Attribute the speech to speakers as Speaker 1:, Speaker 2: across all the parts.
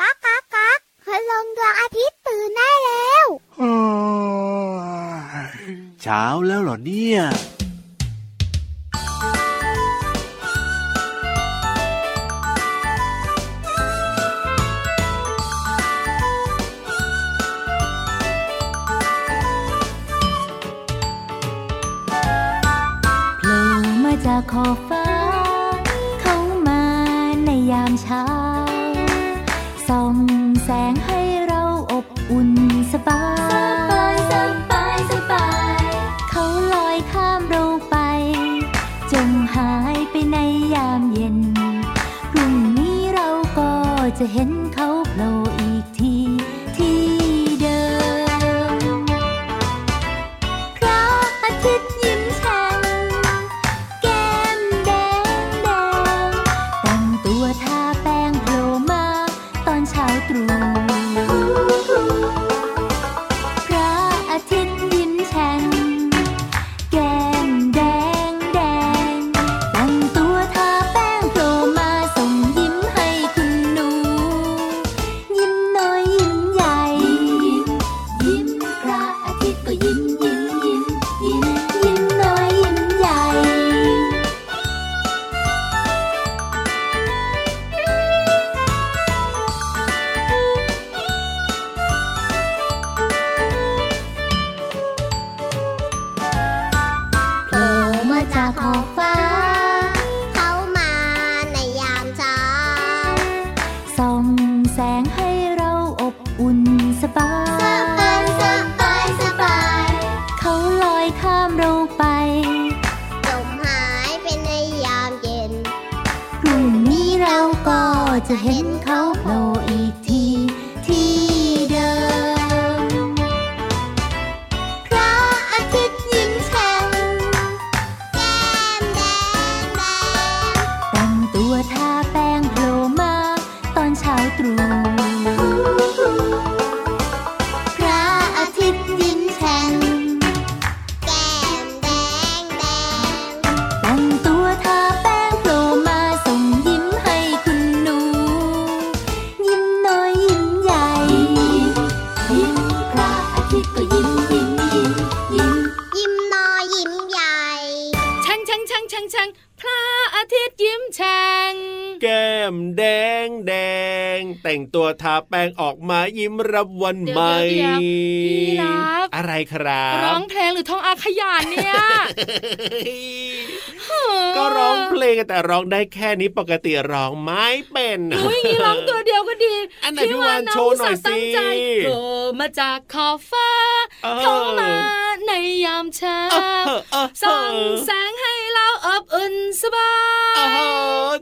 Speaker 1: ก๊ากก๊ากก๊ากคืลงดวงอาทิตย์ตื่นได้แล้ว
Speaker 2: เช้าแล้วเหรอเนี่ย
Speaker 3: โผล่มาจากขอบฟ้า เข้ามาในยามเช้า ส่องแสงให้เราอบอุ่นสบาย สบาย สบาย เขาลอยข้ามเราไป จงหายไปในยามเย็น พรุ่งนี้เราก็จะเห็นเขาโผล่อีกทีที่เดิม พระอาทิตย์ยิ้มแฉ่งแก้มแดงแดงแต่งตัวทาแป้งโผล่มาตอนเช้าตรู่พระอาทิตย์ยิ้มแฉ่งแก้มแดงแดงแต่งตัวทาแป้งโผล่มาส่งยิ้มให้คุณหนู ยิ้มน้อยยิ้มใหญ่ ยิ้มพระอาทิตย์ก็ยิ้มยิ้มยิ้มยิ้มยิ้มน้อยยิ้มใหญ่ โผล่มาจากขอบฟ้า
Speaker 1: เขามาในยามเช้า
Speaker 3: ส่องแสงให้เราอบอุ่นสบาย
Speaker 1: สบายสบายสบาย
Speaker 3: เขาลอยข้ามเราไป
Speaker 1: จมหายไปในยามเย็น
Speaker 3: พรุ่งนี้เราก็จะเห็นเขาโผล่อีกทีที่เดิม
Speaker 1: พระอาทิตย์ยิ้มแฉ่งแก้มแดงแดง
Speaker 3: แต่งตัวทาแป้งโผล่มาตอนเช้าตรู่
Speaker 1: พระอาทิตย์ยิ้มแฉ่งแก้มแดงแดง
Speaker 3: แต่งตัวทาแป้งโผล่มาส่งยิ้มให้คุณหนู ยิ้มน้อยยิ้มใหญ่ ยิ้มพระอาทิตย์ก็ยิ้มยิ้มยิ้มยิ้ม
Speaker 1: ยิ้มน้อยยิ้มใหญ่
Speaker 4: ชังชังชังชังชังพระอาทิตย์ยิ้มแฉ่ง
Speaker 2: แก้มแดงแดง แต่งตัวทาแป้งออกมายิ้มรับวันใหม่อะไรครับ
Speaker 4: ร้องเพลงหรือท่องอาขยานเนี่ย
Speaker 2: ก็ร้องเพลงแต่ร้องได้แค่นี้ปกติร้องไม่เป็น
Speaker 4: โอ้ยอย่างนี้ร้องตัวเดียวก็ดี
Speaker 2: อันไหน
Speaker 4: พี่
Speaker 2: พี่วานโชว์หน่อยสิ
Speaker 4: ตั้งใจโผล่มาจากขอบฟ้า เข้ามาในยามเช้าส่องแสงให้เราอบอุ่นสบาย
Speaker 2: โอ้โห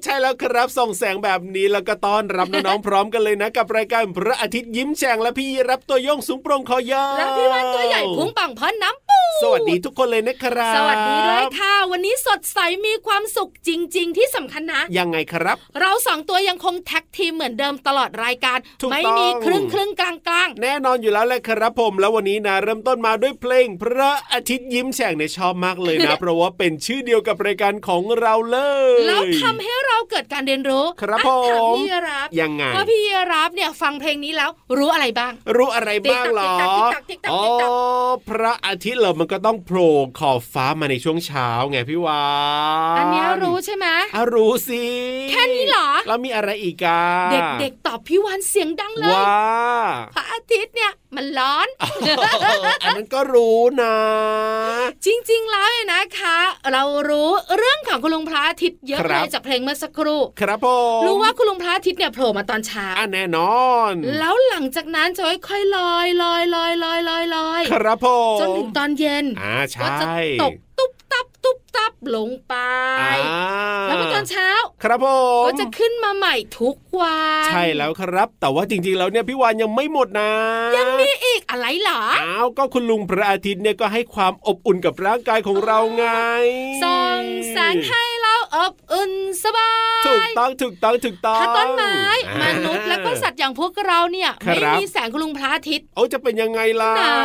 Speaker 2: ใช่แล้วครับส่องแสงแบบนี้แล้วก็ต้อนรับน้องๆ พร้อมกันเลยนะ กับรายการพระอาทิตย์ยิ้มแฉ่งและพี่รับตัวโย่องสูงโปร่งคอยาว
Speaker 4: แล้วพี่วันตัวใหญ่พุงปังพอนน้ำปู
Speaker 2: สวัสดีทุกคนเลยนะครับ
Speaker 4: สวัสดีด้วยค่ะ วันนี้สดใสมีความสุขจริง ๆ ที่สำคัญนะ
Speaker 2: ยังไงครับ
Speaker 4: เราสองตัวยังคงแท็กทีมเหมือนเดิมตลอดรายการ
Speaker 2: ถูก
Speaker 4: ไม่
Speaker 2: ต้อง
Speaker 4: มีครึ่งครึ่งกลางกลาง
Speaker 2: แน่นอนอยู่แล้วแหละครับผม แล้ววันนี้นะ เริ่มต้นมาด้วยเพลง พระอาทิตย์ยิ้มแฉ่งเนี่ยชอบมากเลยนะ เพราะว่าเป็นชื่อเดียวกับรายการของเราเลย
Speaker 4: แล้วทำให้เราเกิดการเรียนรู้
Speaker 2: ครับ
Speaker 4: อ่ะถาม
Speaker 2: ผม
Speaker 4: พี่รับ
Speaker 2: ยังไง
Speaker 4: ว่าพี่รับเนี่ยฟังเพลงนี้แล้วรู้อะไรบ้าง
Speaker 2: รู้อะไรบ้างเหรอ
Speaker 4: ติ๊กตักติ๊กตักติ๊กตักติ๊
Speaker 2: อ๋อก
Speaker 4: ตัก
Speaker 2: พระอาทิตย์เหรอมันก็ต้องโผล่ขอบฟ้ามาในช่วงเช้าไงพี่วาน
Speaker 4: อันเนี้ยรู้ใช่ไหม
Speaker 2: อ่ะรู้สิ
Speaker 4: แค่นี้เหรอ
Speaker 2: แล้วมีอะไรอีกอะ
Speaker 4: เด็กๆตอบพี่วันเสียงดังเลย
Speaker 2: ว้า
Speaker 4: พระอาทิตย์เนี่ยมันร้อน
Speaker 2: เอออันนั้นก็รู้นะ
Speaker 4: จริงๆ แล้วเนี่ยนะคะ เรารู้เรื่องของคุณลุงพระอาทิตย์เยอะ
Speaker 2: ครั
Speaker 4: เล
Speaker 2: บ
Speaker 4: ยจากเพลงเมื่อสักครู่
Speaker 2: ครับผม
Speaker 4: รู้ว่าคุณลุงพระอาทิตย์เนี่ยโผล่มาตอนเช้า
Speaker 2: อ่ะแน่นอน
Speaker 4: แล้วหลังจากนั้นจะค่อยๆลอยลอยลอยลอยลอยลอย
Speaker 2: ครับผม
Speaker 4: จนถึงตอนเย็น
Speaker 2: อ่าใช่
Speaker 4: ก็จะตกตุ๊บตับตุ๊บตับลงไป
Speaker 2: อ่า
Speaker 4: แล้วพอตอนเช้า
Speaker 2: ครับผม
Speaker 4: ก็จะขึ้นมาใหม่ทุกวัน
Speaker 2: ใช่แล้วครับ แต่ว่าจริงๆ แล้วเนี่ยพี่วานยังไม่หมดนะ
Speaker 4: ยังมีอีกอะไรเหรอ
Speaker 2: อ้าวก็คุณลุงพระอาทิตย์เนี่ยก็ให้ความอบอุ่นกับร่างกายของเราไง
Speaker 4: ส่องแสงให้เรา อบอุ่นสบาย
Speaker 2: ถูกต้องถูกต้องถูกต้อง
Speaker 4: ถ้าต้นไม้มนุษย์แล้วก็สัตว์อย่างพวกเราเนี่ย
Speaker 2: ครับ
Speaker 4: ไม่มีแสงคุณลุงพระอาทิตย์
Speaker 2: เอาจะเป็นยังไงล่ะ
Speaker 4: หนา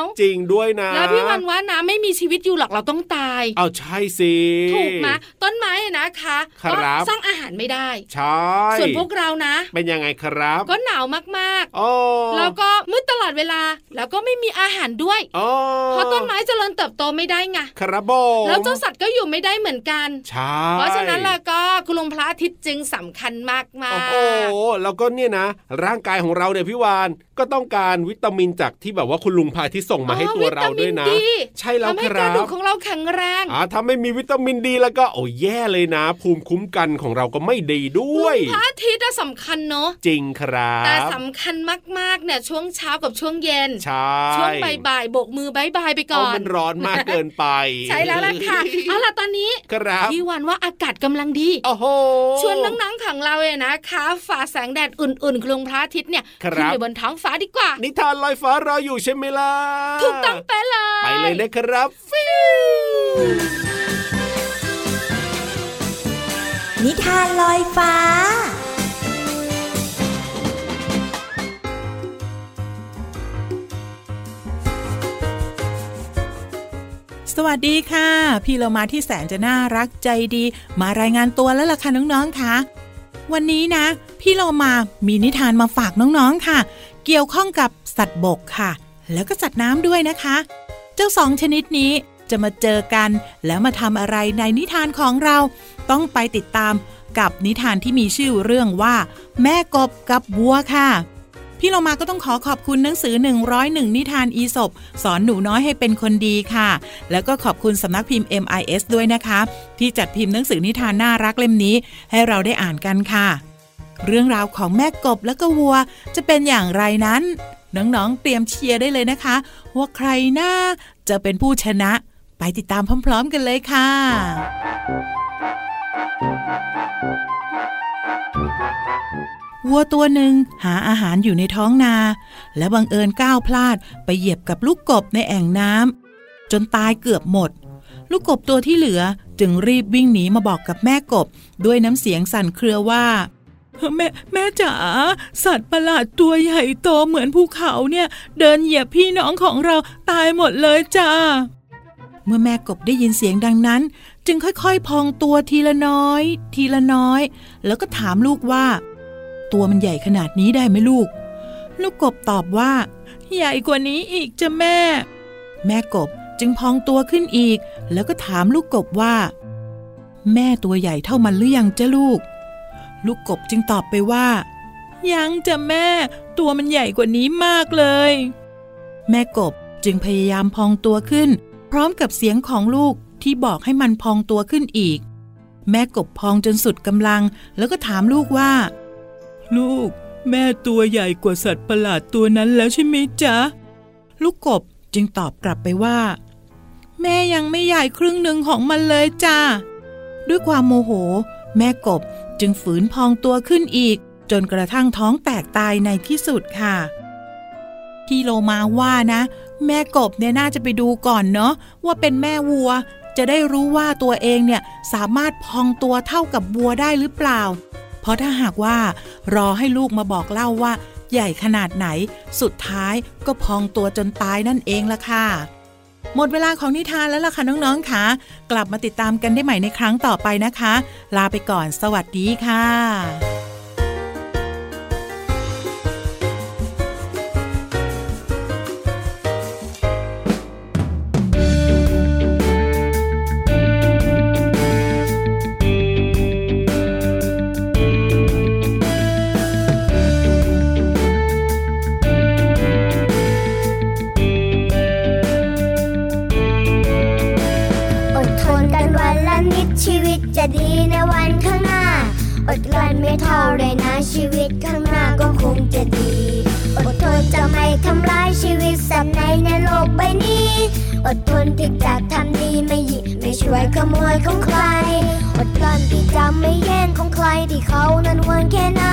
Speaker 4: ว
Speaker 2: จริงด้วยนะ
Speaker 4: แล้วพี่วันว่านะไม่มีชีวิตอยู่หรอกเราต้องตาย
Speaker 2: เอาใช่สิ
Speaker 4: ถูกไหมต้นไม้อะนะคะ
Speaker 2: ครับ
Speaker 4: ก็สร้างอาหารไม่ได้
Speaker 2: ใช่
Speaker 4: ส่วนพวกเรานะ
Speaker 2: เป็นยังไงครับ
Speaker 4: ก็หนาวมาก
Speaker 2: อ๋อ
Speaker 4: ๆ แล้วก็มืดตลอดเวลา แล้วก็ไม่มีอาหารด้วย
Speaker 2: อ๋อ
Speaker 4: เพราะต้นไม้เจริญเติบโตไม่ได้ไง
Speaker 2: ครับผม
Speaker 4: แล้วเจ้าสัตว์ก็อยู่ไม่ได้เหมือนกัน
Speaker 2: ใช่
Speaker 4: เพราะฉะนั้นแล้วก็คุณลุงพระอาทิตย์จึงสำคัญมากๆ
Speaker 2: โอ้โหแล้วก็เนี่ยนะ ร่างกายของเราเนี่ยพี่วานก็ต้องการวิตามินจากที่แบบว่าคุณลุงพาที่ส่งมาให้ตัวเราด้วยนะ
Speaker 4: อ๋อวิตามินดี
Speaker 2: ใช่แล้ว
Speaker 4: ทำ
Speaker 2: ค
Speaker 4: ให้ก
Speaker 2: รั
Speaker 4: ระดูก
Speaker 2: บ
Speaker 4: ของเราแข็งแรง
Speaker 2: อ่าถ้าไม่มีวิตามินดีแล้วก็โอ้แย่เลยนะ ภูมิคุ้มกันของเราก็ไม่ดี
Speaker 4: คุณ
Speaker 2: ด้
Speaker 4: ลุ
Speaker 2: วย
Speaker 4: งพระอาทิตย์น่ะสำคัญเนอะ
Speaker 2: จริงครับ
Speaker 4: แต่สำคัญมากๆเนี่ยช่วงเช้ากับช่วงเย็น
Speaker 2: ใช่
Speaker 4: ช่วงบ่ายๆโบกมือบายบายไปก่อ
Speaker 2: เาน มันร้อนมากเกินไป
Speaker 4: ใช่แล้วล่ะค่ะ เอาล่ะตอนนี้
Speaker 2: ครับ
Speaker 4: พี่วันว่าอากาศกำลังดี
Speaker 2: โอ้โห
Speaker 4: ชวนนังๆของเราเนี่ยนะคะฝ่าแสงแดดอุ่นๆคลุงพระอาทิตย์เนี่ย
Speaker 2: ครั
Speaker 4: ขึ้น
Speaker 2: บ
Speaker 4: ไปบนท้องฟ้าดีกว่า
Speaker 2: นิทานลอยฟ้ารออยู่ใช่ไหมล่ะ
Speaker 4: ถูกต้องไปเลย
Speaker 2: ไปเลยนะครับฟิว
Speaker 5: นิทานลอยฟ้า
Speaker 6: สวัสดีค่ะ พี่เรามาที่แสนจะน่ารักใจดี มารายงานตัวแล้วล่ะค่ะน้องๆค่ะวันนี้นะ พี่เรามามีนิทานมาฝากน้องๆค่ะ เกี่ยวข้องกับสัตว์บกค่ะ แล้วก็สัตว์น้ำด้วยนะคะ เจ้าสองชนิดนี้จะมาเจอกันแล้วมาทำอะไรในนิทานของเรา ต้องไปติดตามกับนิทานที่มีชื่อเรื่องว่า แม่กบกับวัวค่ะ พี่เรามาก็ต้องขอขอบคุณหนังสือ 101 นิทานอีสบสอนหนูน้อยให้เป็นคนดีค่ะ แล้วก็ขอบคุณสำนักพิมพ์ MIS ด้วยนะคะ ที่จัดพิมพ์หนังสือนิทานน่ารักเล่มนี้ ให้เราได้อ่านกันค่ะ เรื่องราวของแม่กบและก็วัวจะเป็นอย่างไรนั้น น้องๆ เตรียมเชียร์ได้เลยนะคะ ว่าใครหน้าจะเป็นผู้ชนะ ไปติดตามพร้อม ๆ กันเลยค่ะ วัวตัวหนึ่งหาอาหารอยู่ในท้องนา และบังเอิญก้าวพลาดไปเหยียบกับลูกกบในแอ่งน้ำจนตายเกือบหมด ลูกกบตัวที่เหลือจึงรีบวิ่งหนีมาบอกกับแม่กบ ด้วยน้ำเสียงสั่นเครือว่า แม่แม่จ๋าสัตว์ประหลาดตัวใหญ่โตเหมือนภูเขาเนี่ย เดินเหยียบพี่น้องของเราตายหมดเลยจ้า เมื่อแม่กบได้ยินเสียงดังนั้น จึงค่อยๆ พองตัวทีละน้อย ทีละน้อย แล้วก็ถามลูกว่า ตัวมันใหญ่ขนาดนี้ได้ไหมลูก ลูกกบตอบว่า ใหญ่กว่านี้อีกจ้ะแม่ แม่กบจึงพองตัวขึ้นอีก แล้วก็ถามลูกกบว่า แม่ตัวใหญ่เท่ามันหรือยังจ้ะลูก ลูกกบจึงตอบไปว่า ยังจ้ะแม่ ตัวมันใหญ่กว่านี้มากเลย แม่กบจึงพยายามพองตัวขึ้น พร้อมกับเสียงของลูกที่บอกให้มันพองตัวขึ้นอีก แม่กบพองจนสุดกำลัง แล้วก็ถามลูกว่า ลูก แม่ตัวใหญ่กว่าสัตว์ประหลาดตัวนั้นแล้วใช่ไหมจ๊ะ ลูกกบจึงตอบกลับไปว่า แม่ยังไม่ใหญ่ครึ่งหนึ่งของมันเลยจ้า ด้วยความโมโห แม่กบจึงฝืนพองตัวขึ้นอีก จนกระทั่งท้องแตกตายในที่สุดค่ะ พี่โลมาว่านะ แม่กบเนี่ยน่าจะไปดูก่อนเนาะว่าเป็นแม่วัว จะได้รู้ว่าตัวเองเนี่ยสามารถพองตัวเท่ากับวัวได้หรือเปล่า เพราะถ้าหากว่ารอให้ลูกมาบอกเล่าว่า ใหญ่ขนาดไหน สุดท้ายก็พองตัวจนตายนั่นเองละค่ะ หมดเวลาของนิทานแล้วล่ะค่ะน้องๆค่ะ กลับมาติดตามกันได้ใหม่ในครั้งต่อไปนะคะ ลาไปก่อนสวัสดีค่ะ
Speaker 1: อดทนกันวันละนิดชีวิตจะดีในวันข้างหน้า อดกลั้นไม่เท่าไรนะชีวิตข้างหน้าก็คงจะดี อดทนจะไม่ทำร้ายชีวิตสัตว์ในในโลกใบนี้ อดทนที่จะทำดีไม่หยิบไม่ช่วยขโมยของใคร อดกลั้นที่จะไม่แย่งของใครที่เขานั้นหวงแค่ไหน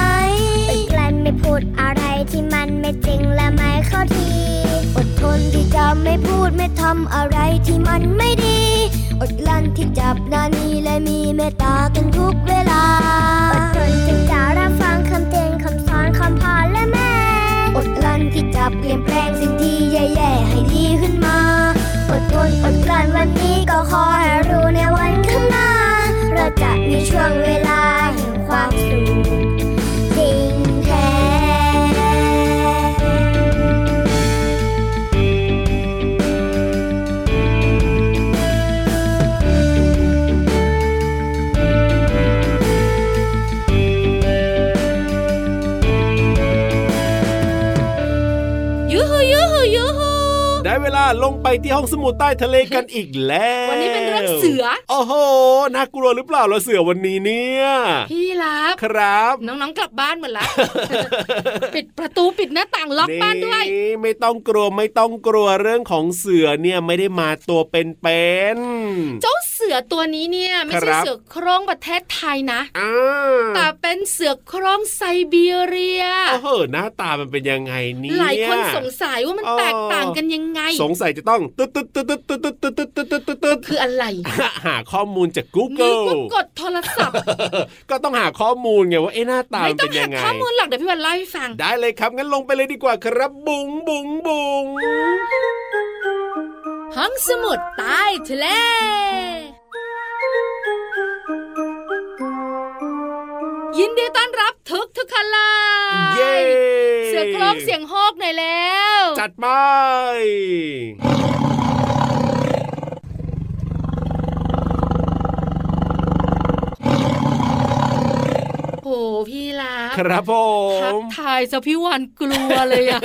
Speaker 1: อดกลั้น ไม่พูดอะไรที่มันไม่จริงและไม่เข้าที อดทนที่จะไม่พูดไม่ทำอะไรที่มันไม่ดี อดกลั้นที่จับนานีและมีเมตตากันทุกเวลา อดทนที่จะรับฟังคำเตือนคำสอนคำพาและแม่ อดกลั้นที่จะเปลี่ยนแปลงสิ่งที่แย่ๆให้ดีขึ้นมา อดทนอดกลั้นวันนี้ก็ขอให้รู้ในวันข้างหน้า เราจะมีช่วงเวลาแห่งความสุขจริงแท้
Speaker 4: ยูฮูยูฮูยูฮู
Speaker 2: ได้เวลาลงไปที่ห้องสมุดใต้ทะเลกันอีกแล้ว
Speaker 4: วันนี้เป็นเรื่องเสือ
Speaker 2: โอ้โหน่ากลัวหรือเปล่าเราเสือวันนี้เนี่ย
Speaker 4: พี่รับ
Speaker 2: ครับ
Speaker 4: น้องๆกลับบ้านหมด ละ ปิดประตูปิดหน้าต่างล็อกบ้านด้วย
Speaker 2: นี่ไม่ต้องกลัวไม่ต้องกลัวเรื่องของเสือเนี่ยไม่ได้มาตัวเป็นๆ
Speaker 4: เจ้าเสือตัวนี้เนี่ยไม่
Speaker 2: ค
Speaker 4: ใช่
Speaker 2: รับ
Speaker 4: เสือโคร่งประเทศไทยนะ
Speaker 2: อ่า
Speaker 4: แต่เป็นเสือโคร่งไซบีเรีย
Speaker 2: โอ้โหหน้าตามันเป็นยังไงเนี่ย
Speaker 4: หลายคนสงสัยว่ามัน
Speaker 2: อ๋อ
Speaker 4: แตกต่างกันยังไง
Speaker 2: สงสัยจะต้องตึ๊ดตึ๊ดตึ๊ดตึ๊ดตึ๊ดตึ๊ดตึ๊ดตึ๊ดตึ๊ดตึ๊ดตึ๊ด
Speaker 4: คืออะไร
Speaker 2: หาข้อมูลจาก
Speaker 4: นึก
Speaker 2: Google
Speaker 4: ว่ากดโทรศัพท์
Speaker 2: ก็ต้องหาข้อมูลไงว่าเอ๊ะหน้า ตา
Speaker 4: ไม่
Speaker 2: มัน
Speaker 4: ต้อง
Speaker 2: เป็น
Speaker 4: หา
Speaker 2: ยังไง
Speaker 4: ข้อมูลหลักเดี๋ยวพี่วันเล่าให้ฟัง
Speaker 2: ได้เลยครับงั้นลงไปเลยดีกว่าครับ บุ๋งบุ๋งบุ๋ง
Speaker 4: ห้องสมุดใต้ทะเล ยินดีต้อนรับทุกทุกๆคนเลย
Speaker 2: เย้
Speaker 4: เสือโคร่งเสียงโฮกหน่อยแล้ว
Speaker 2: จัดไป
Speaker 4: โหพี่ลับ
Speaker 2: ครับผ
Speaker 4: ทัก
Speaker 2: ม
Speaker 4: ทายซะพี่วันกลัวเลยอะ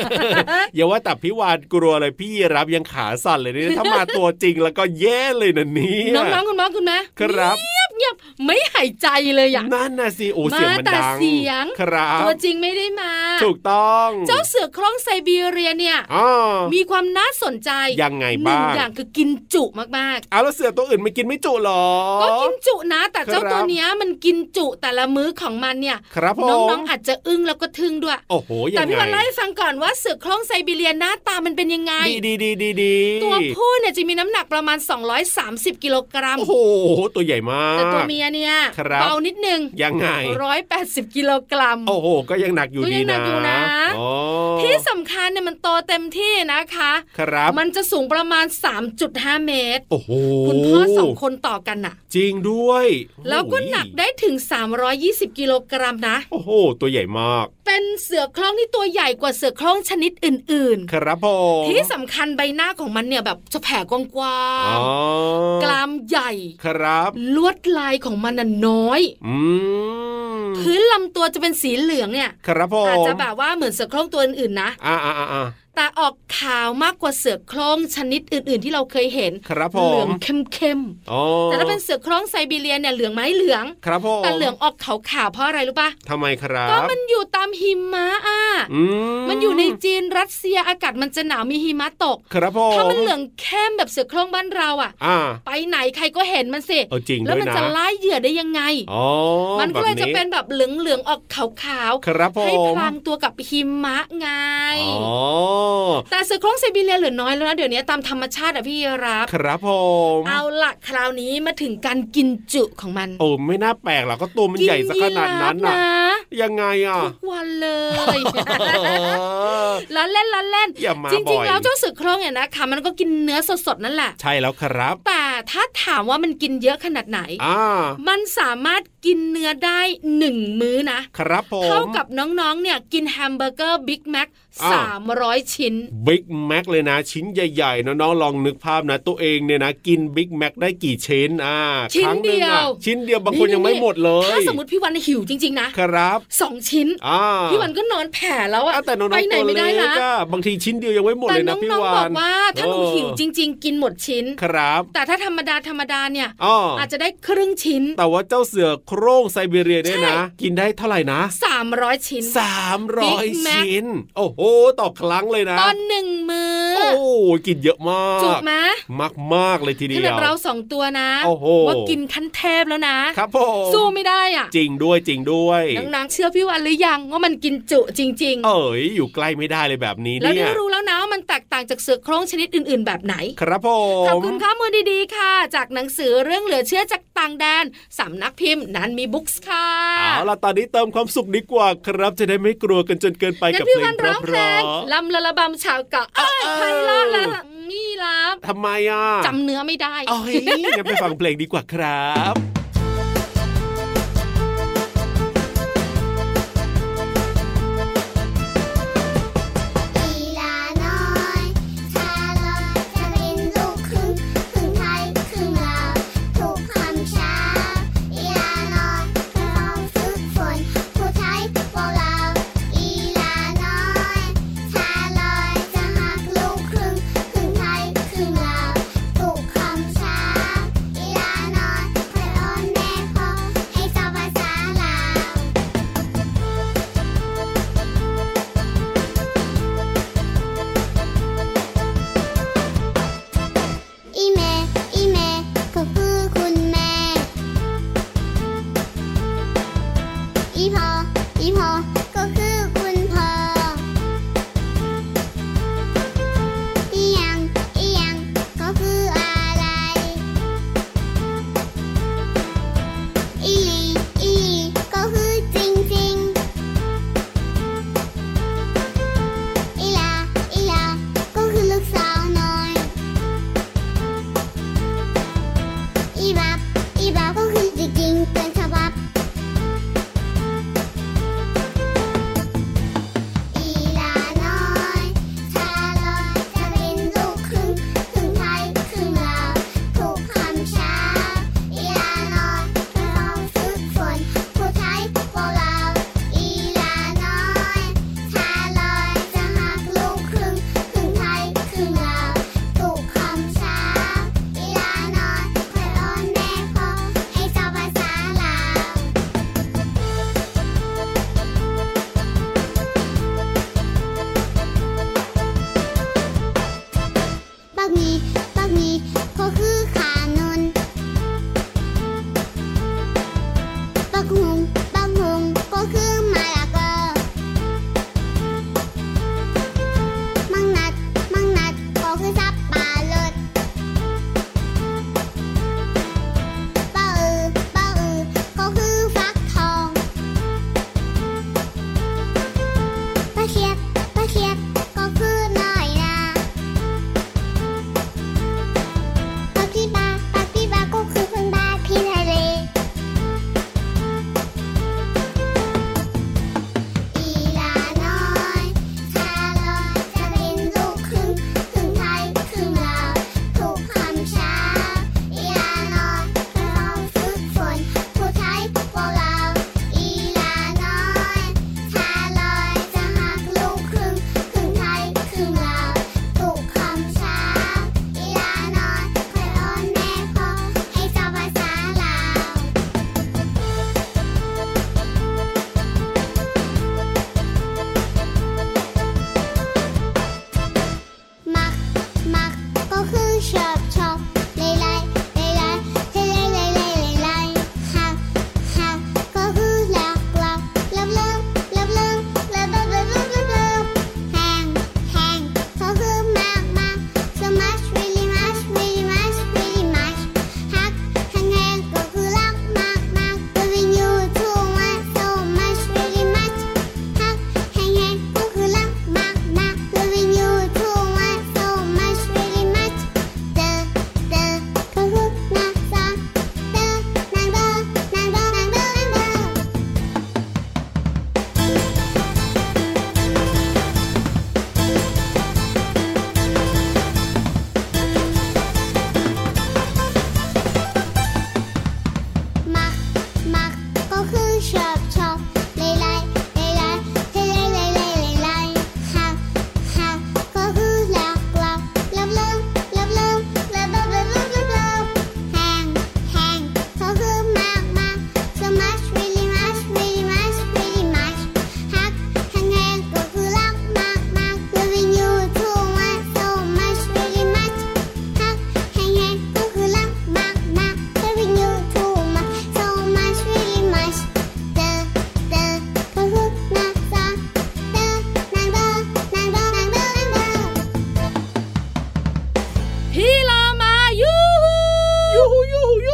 Speaker 2: อย่าว่าแต่พี่วานกลัวเลยพี่รับยังขาสั่นเลยนี่ ถ้ามาตัวจริงแล้วก็แย่เลยนะ เนี่ย
Speaker 4: น้องๆคุณพ่อคุณแม่
Speaker 2: ครับ
Speaker 4: เงียบเงียบไม่หายใจเลยอะ
Speaker 2: นั่นนะสิโอ้
Speaker 4: มา
Speaker 2: เสียงมัน
Speaker 4: แต่
Speaker 2: ดัง
Speaker 4: เสียง
Speaker 2: ครับ
Speaker 4: ตัวจริงไม่ได้มา
Speaker 2: ถูกต้อง
Speaker 4: เจ้าเสือโคร่งไซบีเรียเนี่ย
Speaker 2: อ๋อ
Speaker 4: มีความน่าสนใจ
Speaker 2: ยังไง
Speaker 4: หนึ่ง
Speaker 2: บ้าง
Speaker 4: อย่างคือกินจุมากๆ
Speaker 2: เอาแล้วเสือตัวอื่นมันกินไม่จุหรอ
Speaker 4: ก็กินจุนะแต่เจ้า
Speaker 2: ครับ
Speaker 4: ตัวเนี้ยมันกินจุแต่ละมื้อของมันเนี่ย
Speaker 2: ครับผม
Speaker 4: น้องๆอาจจะอึ้งแล้วก็ทึ่งด้วย
Speaker 2: โอ้โหยังไง
Speaker 4: แต่พี่วันเล่าให้ฟังก่อนว่าเสือโคร่งไซบีเรียนหน้าตามันเป็นยังไง
Speaker 2: ดีดีดีดีดี
Speaker 4: ตัวผู้เนี่ยจะมีน้ำหนักประมาณ 230 กิโลกรัม
Speaker 2: โอ้โหตัวใหญ่มาก
Speaker 4: แต่ตัวเมียเนี่ย
Speaker 2: ครับ
Speaker 4: เบานิดนึง
Speaker 2: ยังไง
Speaker 4: 180 กิโลกรัม
Speaker 2: โอ้โห ก็ยังหนักอยู่
Speaker 4: ก็ยั
Speaker 2: ดี
Speaker 4: งหนั
Speaker 2: นะ
Speaker 4: กอยู่นะ
Speaker 2: อ๋อ
Speaker 4: ที่สำคัญเนี่ยมันโตเต็มที่นะคะ
Speaker 2: ครับ
Speaker 4: มันจะสูงประมาณ 3.5 เมตร
Speaker 2: โอ้โห
Speaker 4: คุณพ่อสองคนต่อกันน่ะ
Speaker 2: จริงด้วย
Speaker 4: แล้วก็
Speaker 2: โอ้ย
Speaker 4: หนักได้ถึง 320 กิโลกรัมนะ
Speaker 2: โอ้โห ตัวใหญ่มาก
Speaker 4: เป็นเสือโคร่งที่ตัวใหญ่กว่าเสือโคร่งชนิดอื่น
Speaker 2: ครับผม
Speaker 4: ๆ ที่สำคัญใบหน้าของมันเนี่ยแบบจะแผ่กว้า
Speaker 2: อ๋
Speaker 4: ง
Speaker 2: อ
Speaker 4: ๆกรามใหญ่
Speaker 2: ครับ
Speaker 4: ลวดลายของมันน่ะน้อย
Speaker 2: อืม
Speaker 4: พื้นลำตัวจะเป็นสีเหลืองเนี่ย
Speaker 2: ครับผม
Speaker 4: อาจจะแบบว่าเหมือนเสือโคร่งตัวอื่นๆนะ
Speaker 2: อ่าอ่าอ่าอ่า
Speaker 4: แต่ออกขาวมากกว่าเสือโคร่งชนิดอื่น ๆ ที่เราเคยเห็น
Speaker 2: ครับผ
Speaker 4: เหลือ
Speaker 2: ม
Speaker 4: งเข้ม
Speaker 2: อ๋อ
Speaker 4: ๆ แต่ถ้าเป็นเสือโคร่งไซบีเรียนเนี่ยเหลืองไหมเหลือง
Speaker 2: ครับผม
Speaker 4: แต่เหลืองออกขาวๆเพราะอะไรรู้ปะ
Speaker 2: ทำไมครับ
Speaker 4: ก็มันอยู่ตามหิมะอ่ะ
Speaker 2: อืม
Speaker 4: มันอยู่ในจีนรัสเซียอากาศมันจะหนาวมีหิมะตก
Speaker 2: ครับผม
Speaker 4: ถ้ามันเหลืองเข้มแบบเสือโคร่งบ้านเราอ่ะ
Speaker 2: อ่า
Speaker 4: ไปไหนใครก็เห็นมันสิ
Speaker 2: เอาจริง
Speaker 4: แล้ว
Speaker 2: ด้วย
Speaker 4: มั
Speaker 2: นะ
Speaker 4: จะไล่เหยื่อได้ยังไง
Speaker 2: อ๋อ
Speaker 4: มันก็เลย
Speaker 2: แบบ
Speaker 4: จะเป็นแบบเหลืองๆออกขาวๆ
Speaker 2: ครับผ
Speaker 4: ให้
Speaker 2: ม
Speaker 4: พลางตัวกับหิมะไง
Speaker 2: อ๋อ
Speaker 4: แต่เสือโคร่งไซบีเรียเหลือน้อยแล้วนะเดี๋ยวนี้ตามธรรมชาติอะพี่รับ
Speaker 2: ครับผม
Speaker 4: เอาละคราวนี้มาถึงการกินจุของมัน
Speaker 2: โอ้ไม่น่าแปลกหรอกก็ตัวมันใหญ่สักขนาดนั้น
Speaker 4: กิยีราฟ
Speaker 2: น่ะ
Speaker 4: นะ
Speaker 2: ยังไง อ่ะ
Speaker 4: ทุกวันเลย
Speaker 2: อ
Speaker 4: ล้อเล่นล้อเล่น
Speaker 2: อย่ามา
Speaker 4: จริง
Speaker 2: บ่อย
Speaker 4: ๆ แล้วเจ้าเสือโคร่งเนี่ยนะคะ มันก็กินเนื้อสดๆ นั่นแหละ
Speaker 2: ใช่แล้วครับ
Speaker 4: แต่ถ้าถามว่ามันกินเยอะขนาดไหน
Speaker 2: อ่า
Speaker 4: มันสามารถกินเนื้อได้หนึ่งมื้อนะ
Speaker 2: ครับผม
Speaker 4: เท่ากับน้องๆ เนี่ยกินแฮมเบอร์เกอร์บิ๊กแม็ก
Speaker 2: อ่า
Speaker 4: สามร้อยชิ้น
Speaker 2: บิ๊กแม็กเลยนะ ชิ้นใหญ่ๆน้องๆลองนึกภาพนะ ตัวเองเนี่ยนะกินบิ๊กแม็กได้กี่ชิ้นอ่า
Speaker 4: ชิ้น
Speaker 2: ครั้งหนึ่ง
Speaker 4: เดี
Speaker 2: อะ
Speaker 4: ยว
Speaker 2: ชิ้นเดียวบางคนยังไม่หมดเล
Speaker 4: ถ้าย สมมติพี่วันหิวจริงๆ นะครับ สองชิ้น
Speaker 2: อ่า
Speaker 4: พี่วันก็นอนแผ่แล้วอะ
Speaker 2: อ่ะแต่น้อง
Speaker 4: ไป
Speaker 2: ๆ
Speaker 4: ไหน
Speaker 2: ตัว
Speaker 4: ไม่
Speaker 2: เล็
Speaker 4: ได้
Speaker 2: ก
Speaker 4: นะ
Speaker 2: อะบางทีชิ้นเดียวยังไม่หมด
Speaker 4: แต่
Speaker 2: เลย
Speaker 4: น้
Speaker 2: นะพี่
Speaker 4: อง
Speaker 2: วั
Speaker 4: ๆ บอก
Speaker 2: น
Speaker 4: ว่าถ้าหนู
Speaker 2: โอ้
Speaker 4: หิวจริง ๆ กินหมดชิ้น
Speaker 2: ครับ
Speaker 4: แต่ถ้าธรรมดาธรรมดาเนี่ย
Speaker 2: อ๋ออ
Speaker 4: อาจจะได้ครึ่งชิ้น
Speaker 2: แต่ว่าเจ้าเสือโคร่งไซบีเรียเนี่ยนะ กินได้เท่าไหร่นะ
Speaker 4: 300 ชิ้น
Speaker 2: สามร้อย
Speaker 4: Big Mac
Speaker 2: ชิ้น โอ้โห ต่อครั้งเลยนะ
Speaker 4: ตอนหนึ่งมือ้อ
Speaker 2: โอ้ กินเยอะมาก
Speaker 4: จุกไหม
Speaker 2: มากมากๆเลยทีเดี
Speaker 4: ข
Speaker 2: ย
Speaker 4: นาด
Speaker 2: ว
Speaker 4: เราสองตัวนะ
Speaker 2: โอ้โห
Speaker 4: ว่ากินขั้นเทพแล้วนะ
Speaker 2: ครับผม
Speaker 4: สู้ไม่ได้อ่ะ
Speaker 2: จริงด้วยจริงด้วย
Speaker 4: นังๆเชื่อพี่วันหรือยังว่ามันกินจุจริง
Speaker 2: เอ๋ยอยู่ใกล้ไม่ได้เลยแบบนี้
Speaker 4: ๆ แล้ว
Speaker 2: เนี่
Speaker 4: ได้
Speaker 2: ย
Speaker 4: รู้แล้วนะว่ามันแตกต่างจากเสือโคร่งชนิดอื่น ๆ แบบไหน
Speaker 2: ครับผ
Speaker 4: ขอบ
Speaker 2: ม
Speaker 4: คุณข้อมูลดีๆ ค่ะ จากหนังสือเรื่องเหลือเชื่อจากต่างแดน สำนักพิมพ์นันมีบุ๊กส์ค่ะ
Speaker 2: เอาล่ะตอนนี้เติมความสุขดีกว่าครับ จะได้ไม่กลัวกันจนเกินไป
Speaker 4: งั้
Speaker 2: กับ
Speaker 4: นพี่
Speaker 2: เพล
Speaker 4: วั
Speaker 2: ง
Speaker 4: น
Speaker 2: เพ
Speaker 4: ร้องเพล
Speaker 2: ราะ
Speaker 4: งลำละละบำชาวเกาะเอ้ยไพเราะละมีลับ
Speaker 2: ๆทำไมอ่ะ
Speaker 4: จำเนื้อไม่ได้
Speaker 2: เอ้ยงั้นไปฟังเพลงดีกว่าครับ
Speaker 1: อีลาน้อยชาลอตจะเป็นลูกครึ่งครึ่งไทยครึ่งลาวถูกความช้าอีลาน้อยก็ต้องฝึกฝนผู้ไทยพวกเราอีลาน้อยชาลอตจะหักลูกครึ่งครึ่งไทยครึ่งลาวถูกความช้าอีลาน้อยคอยอ้อนแม่พ่อให้เจ้าภาษาลาว อีแม่ อีแม่ ก็คือคุณแม่ อีพอ อีพอ ก็คือคุณพ่อ อียัง อียัง ก็คืออะไร อีหลี อีหลี ก็คือจริงจริงๆอีลา อีลา ก็คือลูกสาวน้อย อีบับอีบับก็คือจริงๆเป็นฉบับ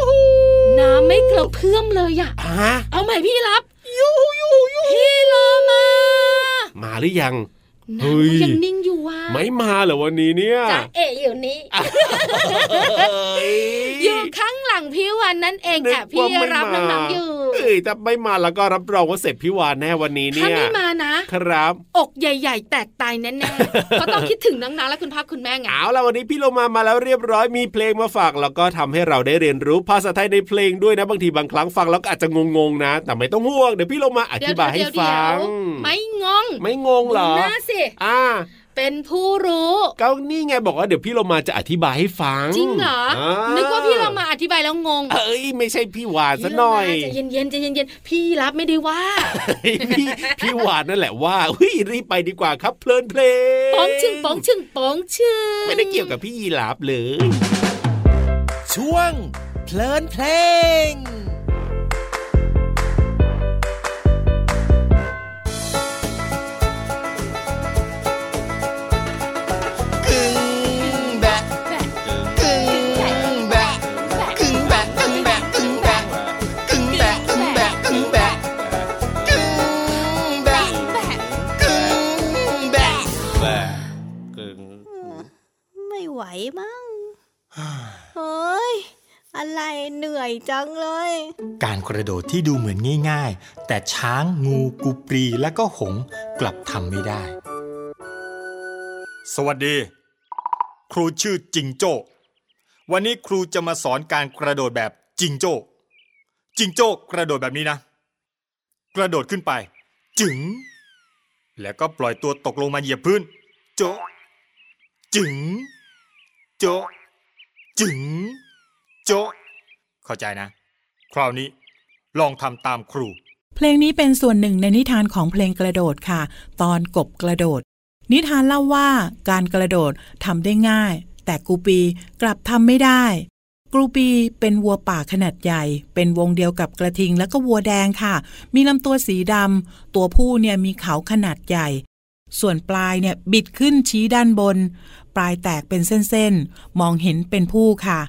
Speaker 4: เลยอะ
Speaker 2: ฮะ
Speaker 4: เอาใหม่พี่รับยูยูยูพี่โลมา
Speaker 2: มาหรือยัง
Speaker 4: ห
Speaker 2: เฮ้
Speaker 4: นังมัน
Speaker 2: ย
Speaker 4: ยังนิ่งอยู่ว่ะ
Speaker 2: ไม่มาเหรอวันนี้เนี่ย
Speaker 4: จ้าเอ๋อยู่นี่
Speaker 2: เอ้ย
Speaker 4: อยู่ข้างหลังพี่วันนั่นเอง
Speaker 2: นึก
Speaker 4: ค่ะพี่
Speaker 2: ว่าไม่
Speaker 4: รับ
Speaker 2: มา
Speaker 4: น้องๆอยู่
Speaker 2: เอ้ยถ้าไม่มาแล้วก็รับรองว่าเสร็จพี่วานแน่วันนี้
Speaker 4: ถ้า
Speaker 2: เนี่ย
Speaker 4: ไม่มานะ
Speaker 2: ครับ
Speaker 4: อกใหญ่ ๆ แตกตายแน่ๆ ก็ต้องคิดถึงน้องๆและคุณพ่อคุณแม่ไง
Speaker 2: เอาล่ะวันนี้พี่โลมามาแล้วเรียบร้อยมีเพลงมาฝากแล้วก็ทำให้เราได้เรียนรู้ภาษาไทยในเพลงด้วยนะบางทีบางครั้งฟังแล้วก็อาจจะงงๆนะ แต่ไม่ต้องห่วงเดี๋ยวพี่โลมาอ
Speaker 4: เดี๋
Speaker 2: ธิ
Speaker 4: ว
Speaker 2: บายให้
Speaker 4: เดี๋ว
Speaker 2: ฟัง
Speaker 4: เดี๋ยวไม่งง
Speaker 2: ไม่งงเหรอ
Speaker 4: ดูหน้าสิ
Speaker 2: อ่า
Speaker 4: เป็นผู้รู้
Speaker 2: ก็นี่ไงบอกว่าเดี๋ยวพี่โลมาจะอธิบายให้ฟัง
Speaker 4: จริงเหรอ
Speaker 2: า
Speaker 4: นึกว่าพี่เรามาอธิบายแล้วงง
Speaker 2: เอ้ยไม่ใช่พี่วาน
Speaker 4: พี่
Speaker 2: ซะหน่อย
Speaker 4: เรามาใจะเย็นเย็นๆใจเย็นเย็นๆพี่รับไม่ได้ว่า
Speaker 2: พี่พี่วานนั่นแหละว่าอุ้ยรีบไปดีกว่าครับเพลินเพลง
Speaker 4: ป๋องชึงป๋องชึงป๋องชึง
Speaker 2: ไม่ได้เกี่ยวกับพี่ยีราฟเลย
Speaker 7: ช่วงเพลินเพลง กึ่งแบะกึ่งแบะกึ่งแบะกึ่งแบะกึ่งแบะกึ่งแบะกึ่งแบะกึ่งแบะกึ่งแบะกึ่งแบะ
Speaker 8: ไม่ไหวมั้ง เฮ้ย อะไรเหนื่อยจังเลย
Speaker 9: การกระโดดที่ดูเหมือนง่าย ๆ แต่ช้างงูกูปรีและก็หงส์กลับทำไม่ได้
Speaker 10: สวัสดี ครูชื่อจิงโจ้ วันนี้ครูจะมาสอนการกระโดดแบบจิงโจ้ จิงโจ้กระโดดแบบนี้นะ กระโดดขึ้นไป จึง แล้วก็ปล่อยตัวตกลงมาเหยียบพื้น โจะจึง โจะจึง โจะเข้าใจนะ คราวนี้ลองทำตามครู
Speaker 6: เพลงนี้เป็นส่วนหนึ่งในนิทานของเพลงกระโดดค่ะ ตอนกบกระโดด นิทานเล่าว่าการกระโดดทำได้ง่าย แต่กูปีกลับทำไม่ได้ กรูปีเป็นวัวป่าขนาดใหญ่ เป็นวงเดียวกับกระทิงและก็วัวแดงค่ะ มีลำตัวสีดำตัวผู้เนี่ยมีเขาขนาดใหญ่ ส่วนปลายเนี่ยบิดขึ้นชี้ด้านบน ปลายแตกเป็นเส้นๆ มองเห็นเป็นผู้ค่ะ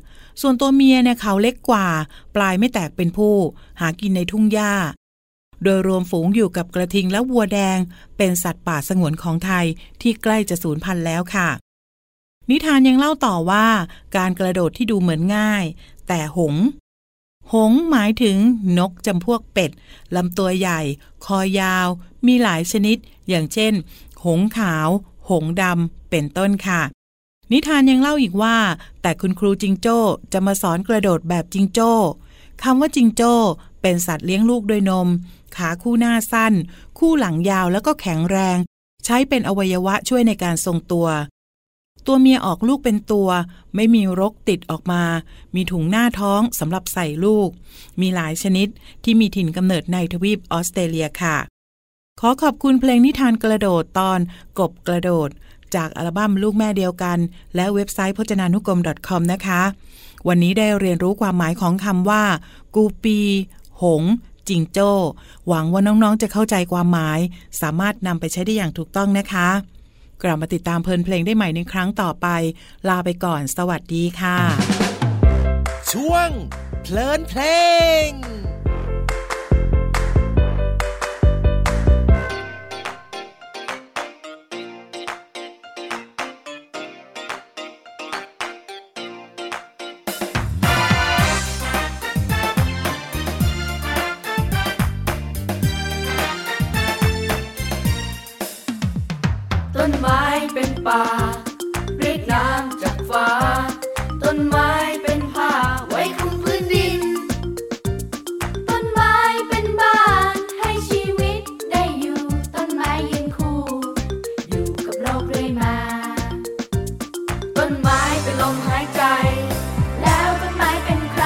Speaker 6: ส่วนตัวเมียเนี่ยเขาเล็กกว่า ปลายไม่แตกเป็นผู้ หากินในทุ่งหญ้า โดยรวมฝูงอยู่กับกระทิงและวัวแดง เป็นสัตว์ป่าสงวนของไทยที่ใกล้จะสูญพันธุ์แล้วค่ะ นิทานยังเล่าต่อว่าการกระโดดที่ดูเหมือนง่าย แต่หงส์หงส์หมายถึงนกจำพวกเป็ดลำตัวใหญ่ คอยาว มีหลายชนิด อย่างเช่น หงส์ขาว หงส์ดำเป็นต้นค่ะ นิทานยังเล่าอีกว่า แต่คุณครูจิงโจ้จะมาสอนกระโดดแบบจิงโจ้คำว่าจิงโจ้เป็นสัตว์เลี้ยงลูกด้วยนม ขาคู่หน้าสั้น คู่หลังยาวแล้วก็แข็งแรง ใช้เป็นอวัยวะช่วยในการทรงตัว ตัวเมียออกลูกเป็นตัว ไม่มีรกติดออกมา มีถุงหน้าท้องสำหรับใส่ลูก มีหลายชนิดที่มีถิ่นกำเนิดในทวีปออสเตรเลียค่ะ ขอขอบคุณเพลงนิทานกระโดดตอนกบกระโดด จากอัลบั้มลูกแม่เดียวกัน และเว็บไซต์พจนานุกรม .com นะคะ วันนี้ได้เรียนรู้ความหมายของคำว่า กูปี หงส์จิงโจ้ หวังว่าน้องๆจะเข้าใจความหมาย สามารถนำไปใช้ได้อย่างถูกต้องนะคะ กลับมาติดตามเพลินเพลงได้ใหม่ในครั้งต่อไป ลาไปก่อน สวัสดีค่ะ
Speaker 7: ช่วงเพลินเพลง
Speaker 11: ต้นไม้เป็นป่าเรียกน้ำจากฟ้า ต้นไม้เป็นผ้าไว้คลุมพื้นดิน ต้นไม้เป็นบ้านให้ชีวิตได้อยู่ ต้นไม้ยืนคู่ อยู่กับเราเรื่อยมา ต้นไม้เป็นลมหายใจ แล้วต้นไม้เป็นใคร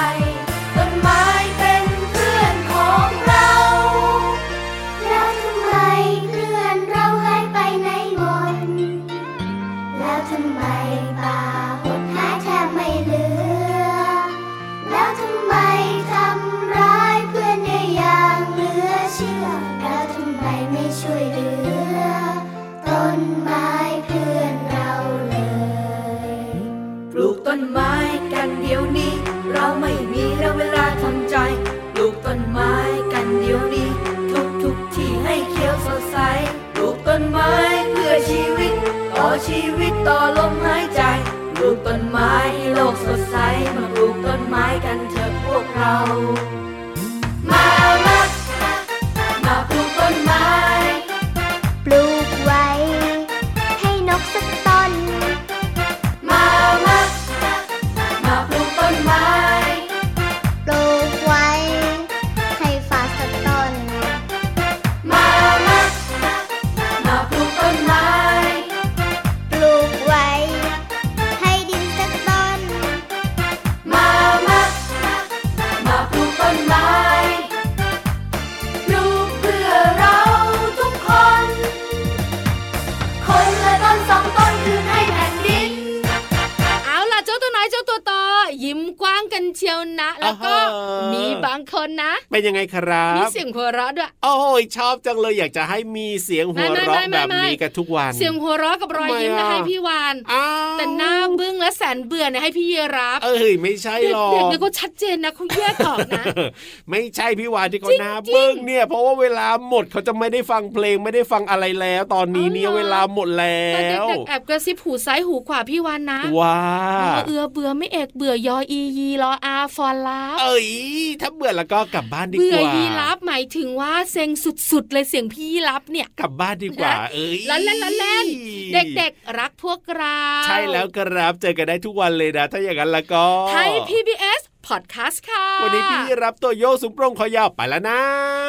Speaker 11: ต้นไม้เป็นเพื่อนของเรา
Speaker 1: แล้วทำไมเพื่อนเราหายไปไหนหมด แล้วทำไมป่าหดหายแทบไม่เหลือ แล้วทำไมทำร้ายเพื่อนได้อย่างเหลือเชื่อ แล้วทำไมไม่ช่วยเหลือ ต้นไม้เพื่อนเราเลย
Speaker 11: ปลูกต้นไม้กันเดี๋ยวนี้ เราไม่มีเวลาทำใจ ปลูกต้นไม้ เขียวสดใสปลูกต้นไม้เพื่อชีวิต ต่อชีวิตต่อลมหายใจปลูกต้นไม้ให้โลกสดใสมาปลูกต้นไม้กันเถอะพวกเรา มามามาปลูกต้นไม้
Speaker 1: ปลูกไว้ ให้นกสักตน
Speaker 11: มามามาปลูกต้นไม้
Speaker 1: ปลูกไว้ ให้ฟ้าสักตน
Speaker 11: มามามาปลูกต้นไม้
Speaker 1: ปลูกไว้ ให้ดินสักตน
Speaker 11: มามามาปลูกต้นไม้ปลูกเพื่อเราทุกคน คนละต้นสองต้นคืนให้แผ่นดิน
Speaker 4: เอาล่ะเจ้าตัวน้อยเจ้าตัวโตยิ้มกว้างกันเชียวนะ แล้วก็
Speaker 2: อ่าฮะ
Speaker 4: มีบางคนนะ
Speaker 2: เป็นยังไงครั
Speaker 4: มี
Speaker 2: บ
Speaker 4: เสียงหัวเราะด้วย
Speaker 2: โอ้ยชอบจังเลยอยากจะให้มีเสียงหัว
Speaker 4: ไม่ไม่
Speaker 2: เราะ
Speaker 4: ไม่ไม่
Speaker 2: แบบ
Speaker 4: ไม่
Speaker 2: นี้กันทุกวัน
Speaker 4: เสียงหัวเราะกับรอยยิ้มนะ
Speaker 2: ทำไมอ่ะ
Speaker 4: ให้พี่วานแต่หน้าบึ้งและแสนเบื่อเนี่ยให้พี่เยรับ
Speaker 2: เอ้ยไม่ใช่
Speaker 4: เด็
Speaker 2: หรอก
Speaker 4: ๆ
Speaker 2: ก
Speaker 4: เนี่ยก็ชัดเจนนะเขาแยกออกนะ
Speaker 2: ไม่ใช่พี่วานที่เขา
Speaker 4: จริง
Speaker 2: หน้า
Speaker 4: จริง
Speaker 2: เบิ้งเนี่ย เพราะว่าเวลาหมดเขาจะไม่ได้ฟังเพลงไม่ได้ฟังอะไรแล้ว ตอนนี้เนี่ยเวลาหมด แล้
Speaker 4: ตอน
Speaker 2: ว
Speaker 4: เด็กๆแอบกระซิบหูซ้ายหูขวาพี่วานนะ
Speaker 2: ว้า
Speaker 4: เออเอือเบื่อไม่เอกเบื่อยออียีรออาฟอลลาฟ
Speaker 2: เอ้ยถ้าเบื่อแล้วก็กลับบ้านดี
Speaker 4: เบื่อ
Speaker 2: กว่า
Speaker 4: ยีรับหมายถึงว่าเซ็งสุดๆเลยเสียงพี่ยีรับเนี่ย
Speaker 2: กลับบ้านดีกว่า
Speaker 4: นะ
Speaker 2: เอ้ย
Speaker 4: ลันลันลันลันเด็กๆ รักพวกเรา
Speaker 2: ใช่แล้วครับเจอกันได้ทุกวันเลยนะถ้าอย่างนั้นแล้วก็
Speaker 4: ไทย PBS Podcast ค่ะ
Speaker 2: วันนี้พี่รับตัวโยกสุงโปร่งคอยาวไปแล้วนะ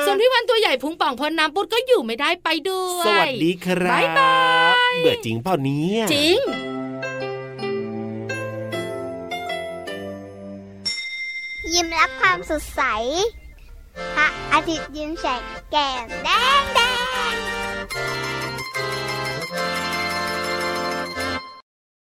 Speaker 4: ส่วนพี่วันตัวใหญ่พุงป่องพอน้ำปุดก็อยู่ไม่ได้ไปด้วย
Speaker 2: สวัสดีครับ
Speaker 4: บ๊ายบาย
Speaker 2: ยเบื่อจริงเปล่าเนี้
Speaker 4: จริง
Speaker 1: ยิ้มรับความสดใส พระอาทิตย์ยิ้มแฉกแก้มแดงแด